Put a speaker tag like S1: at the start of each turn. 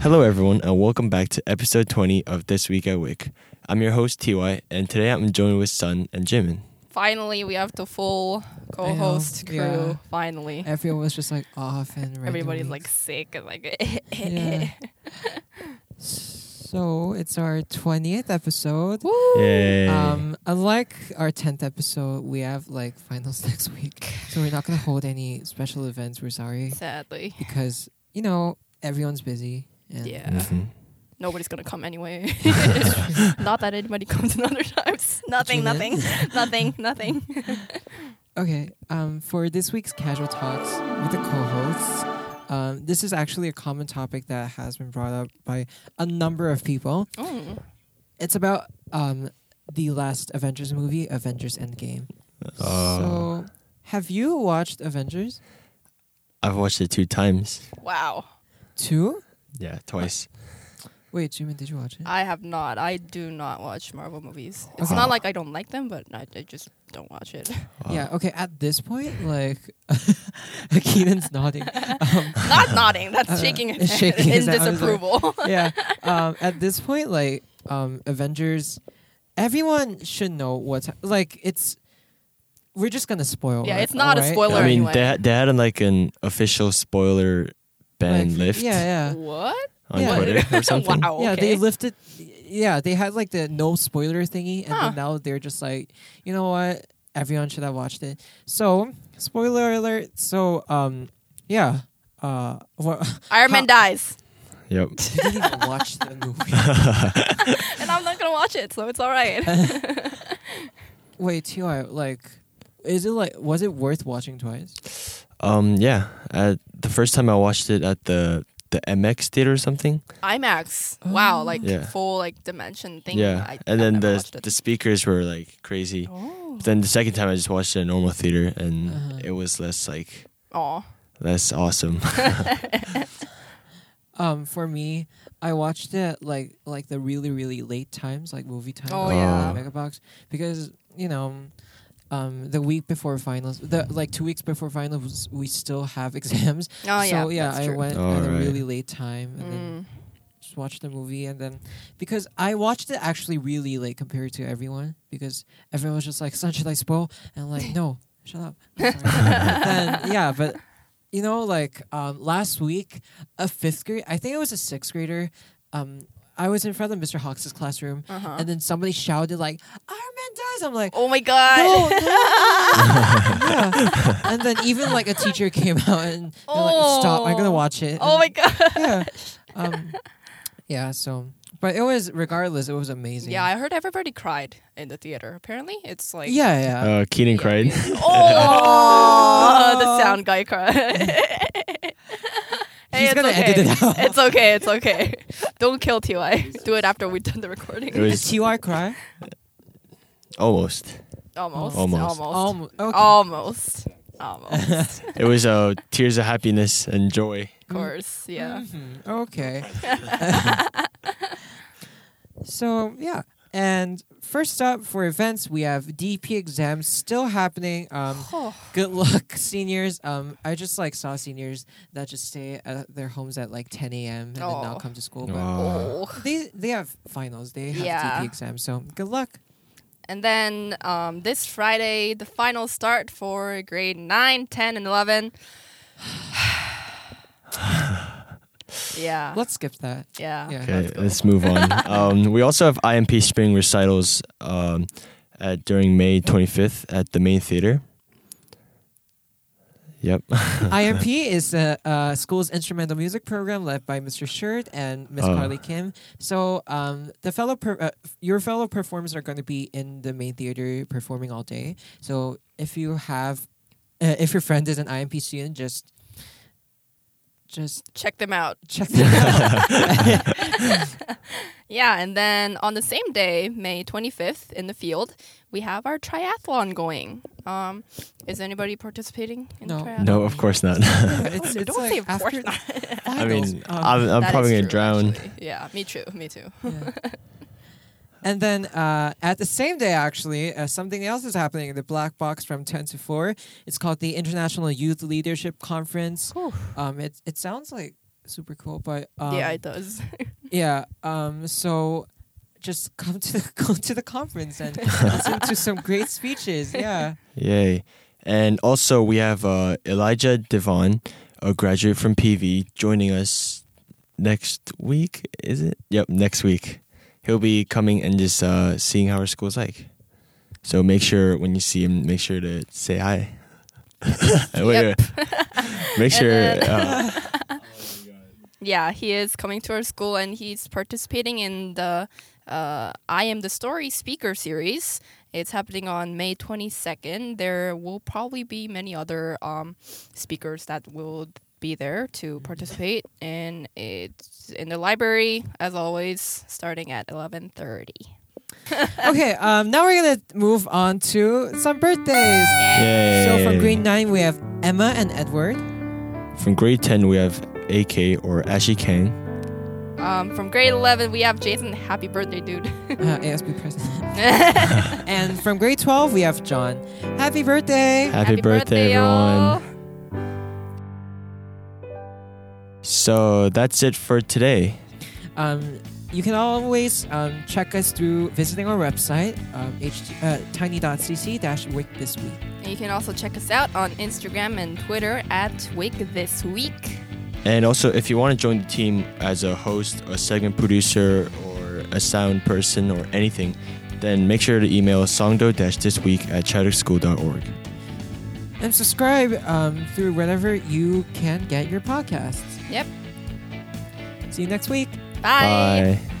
S1: Hello, everyone, and welcome back to episode 20 of This Week at Wick. I'm your host, TY, and today I'm joined with Sun and Jimin.
S2: finally we have the full
S3: know,
S2: co-host crew.
S3: yeah.
S2: Finally,
S3: Everyone was just like off and random
S2: everybody's like
S3: weeks.
S2: sick and like.
S3: Yeah. So it's our twentieth episode.
S2: Woo!
S1: Yay.
S3: Um, unlike our tenth episode, we have like finals next week, so we're not gonna hold any special events. We're sorry
S2: Sadly,
S3: because you know everyone's busy. And
S2: Yeah.
S1: Mhm.
S2: nobody's gonna come anyway. Not that anybody comes in other times. Nothing, nothing,
S3: Jimin.
S2: nothing, nothing.
S3: Okay. Um, for this week's casual talks with the co-hosts, um, this is actually a common topic that has been brought up by a number of people.
S2: Mm.
S3: It's about um the last Avengers movie, Avengers Endgame.
S1: Uh,
S3: So, have you watched Avengers
S1: I've watched it two times.
S2: Wow,
S3: two?
S1: Yeah, twice.
S3: Wait, Jimin, did you watch it?
S2: I have not. I do not watch Marvel movies. It's
S1: Okay.
S3: Uh-huh.
S2: not like I don't like them, but I, I just don't watch it.
S1: Wow.
S3: yeah. Okay. At this point, like, Keenan's nodding. Um,
S2: Not nodding. That's
S3: Uh,
S2: shaking his
S3: it's
S2: head
S3: shaking his
S2: in
S3: head. I was like-
S2: disapproval.
S3: yeah. Um, at this point, like, um, Avengers, everyone should know what's like. It's we're just gonna spoil.
S2: Yeah,
S3: it,
S2: it's not a
S3: alright?
S2: spoiler
S1: I mean,
S2: anyway.
S1: they, had- they had like an official spoiler ban
S3: Like,
S1: lift
S3: Yeah, yeah.
S2: What?
S1: on
S3: yeah.
S1: Twitter or something.
S2: wow.
S3: Yeah,
S2: okay.
S3: they lifted. Yeah, they had like the no spoiler thingy, and
S2: Huh.
S3: then now they're just like, you know what? Everyone should have watched it. So, spoiler alert. So, um, yeah. Uh, well,
S2: Iron Man dies.
S1: Yep.
S3: you didn't even watch the movie.
S2: and I'm not gonna watch it, so it's all right.
S3: Wait, T. I like, is it like, was it worth watching twice?
S1: Um, yeah. Uh the first time I watched it at the the MX theater or something.
S2: IMAX,
S3: Mm.
S2: wow, like
S1: Yeah.
S2: full like dimension thing.
S1: yeah.
S2: I,
S1: and
S2: I've
S1: then
S2: never
S1: the
S2: watched it.
S1: the speakers were like crazy.
S2: oh,
S1: But then the second time I just watched it in a normal theater and
S3: Uh-huh.
S1: it was less like
S2: Aw.
S1: less awesome.
S2: Uh,
S3: Um, for me, I watched it like like the really really late times, like movie time.
S2: Oh,
S3: like,
S1: yeah.
S3: on Megabox because you know. Um, the week before finals, the like two weeks before finals, we still have exams.
S2: oh yeah,
S3: so yeah,
S2: that's
S3: I
S2: true.
S3: went at a
S1: Alright.
S3: really late time and then
S2: Mm.
S3: just watched the movie and then because I watched it actually really late compared to everyone because everyone was just like, "Son, should I spoil?" And I'm like, "No, shut up." I'm sorry." and yeah, but you know, like um, last week, a fifth grade, I think it was a sixth grader. Um, I was in front of Mr. Hawks' classroom,
S2: Uh-huh.
S3: and then somebody shouted like, "Iron Man dies!" I'm like,
S2: Oh my god.
S3: no, no. yeah. And then even like a teacher came out and they're like, stop, I'm
S2: Oh.
S3: gonna watch it.
S2: Oh my god.
S3: yeah. Um, yeah, so but it was regardless, it was amazing.
S2: Yeah, I heard everybody cried in the theater. Apparently, it's like
S3: yeah, yeah.
S1: uh, Keenan cried.
S2: Oh, the sound guy cried. Hey,
S3: He's
S2: it's
S3: gonna
S2: okay.
S3: edit it out.
S2: It's okay. It's okay. Don't kill Ty. Do it after we've done the recording.
S1: It was-
S3: Did TY cry?
S1: Almost.
S2: almost.
S1: Almost.
S2: Almost. Oh,
S3: Um, okay.
S2: Almost. Almost.
S1: It was uh, tears of happiness and joy.
S3: Mm.
S2: of course. Yeah.
S3: Mhm, Okay. so yeah. And first up for events, we have DP exams still happening. Um,
S2: Oh.
S3: good luck, seniors. Um, I just like saw seniors that just stay at their homes at like 10 a.m. and then
S2: Oh.
S3: not come to school. But
S1: Uh,
S2: Oh.
S3: they they have finals. They have
S2: Yeah.
S3: DP exams. So good luck.
S2: And then um, this Friday, the final start for grade 9, 10, and 11. yeah.
S3: Let's skip that.
S2: yeah.
S3: Yeah.
S1: okay, let's move on. Um, we also have IMP spring recitals um, at, during May 25th at the main theater. Yep.
S3: IMP is a uh, school's instrumental music program led by Mr. Shirt and Miss
S1: Oh.
S3: Carly Kim. So um, the fellow per- uh, your fellow performers are going to be in the main theater performing all day. So if you have, uh, if your friend is an IMP student, just just
S2: Check them out.
S3: check them out.
S2: Yeah. And then on the same day, May 25th, in the field, we have our triathlon going. Um, is anybody participating in
S3: No.
S2: the triathlon?
S1: no, of course not.
S3: it's, it's
S2: Don't say of course
S3: after
S2: not.
S1: I
S3: finals,
S1: mean,
S3: um,
S1: I'm, I'm
S2: That
S1: probably
S2: is
S1: going to
S2: true,
S1: drown.
S2: actually. Yeah, me too. Me too.
S3: Yeah. and then uh, at the same day, actually, uh, something else is happening in the Black Box from 10 to 4. It's called the International Youth Leadership Conference. Um, it, it sounds like super cool. But um,
S2: yeah, it does.
S3: yeah. Um, so just come to the go to the conference and listen to some great speeches. Yeah.
S1: Yay. And also, we have uh, Elijah Devon, a graduate from PV, joining us next week. Is it? Yep, next week. He'll be coming and just uh, seeing how our school's like. So make sure when you see him, make sure to say hi. Wait, wait. make sure.
S2: then-
S1: uh,
S2: yeah, he is coming to our school and he's participating in the uh, I Am the Story speaker series. It's happening on May 22nd. There will probably be many other um, speakers that will be there to participate and it's in the library as always starting at 11:30.
S3: okay. Um, now we're gonna move on to some birthdays.
S1: yay.
S3: So from grade nine we have Emma and Edward.
S1: From grade 10, we have AK or Ashy Kang.
S2: Um, from grade 11 we have Jason happy birthday dude.
S3: Uh, ASB president. and from grade 12, we have John. Happy birthday!
S1: Happy, birthday, everyone.
S2: y'all.
S1: So that's it for today.
S3: Um, you can always um, check us through visiting our website, um, ht- uh, tiny.cc wik this week.
S2: And you can also check us out on Instagram and Twitter at Wake This Week.
S1: And also, if you want to join the team as a host, a segment producer, or a sound person, or anything, then make sure to email songdo this week at chatterschool.org.
S3: And subscribe um, through wherever you can get your podcasts.
S2: Yep.
S3: See you next week.
S2: Bye.
S1: Bye.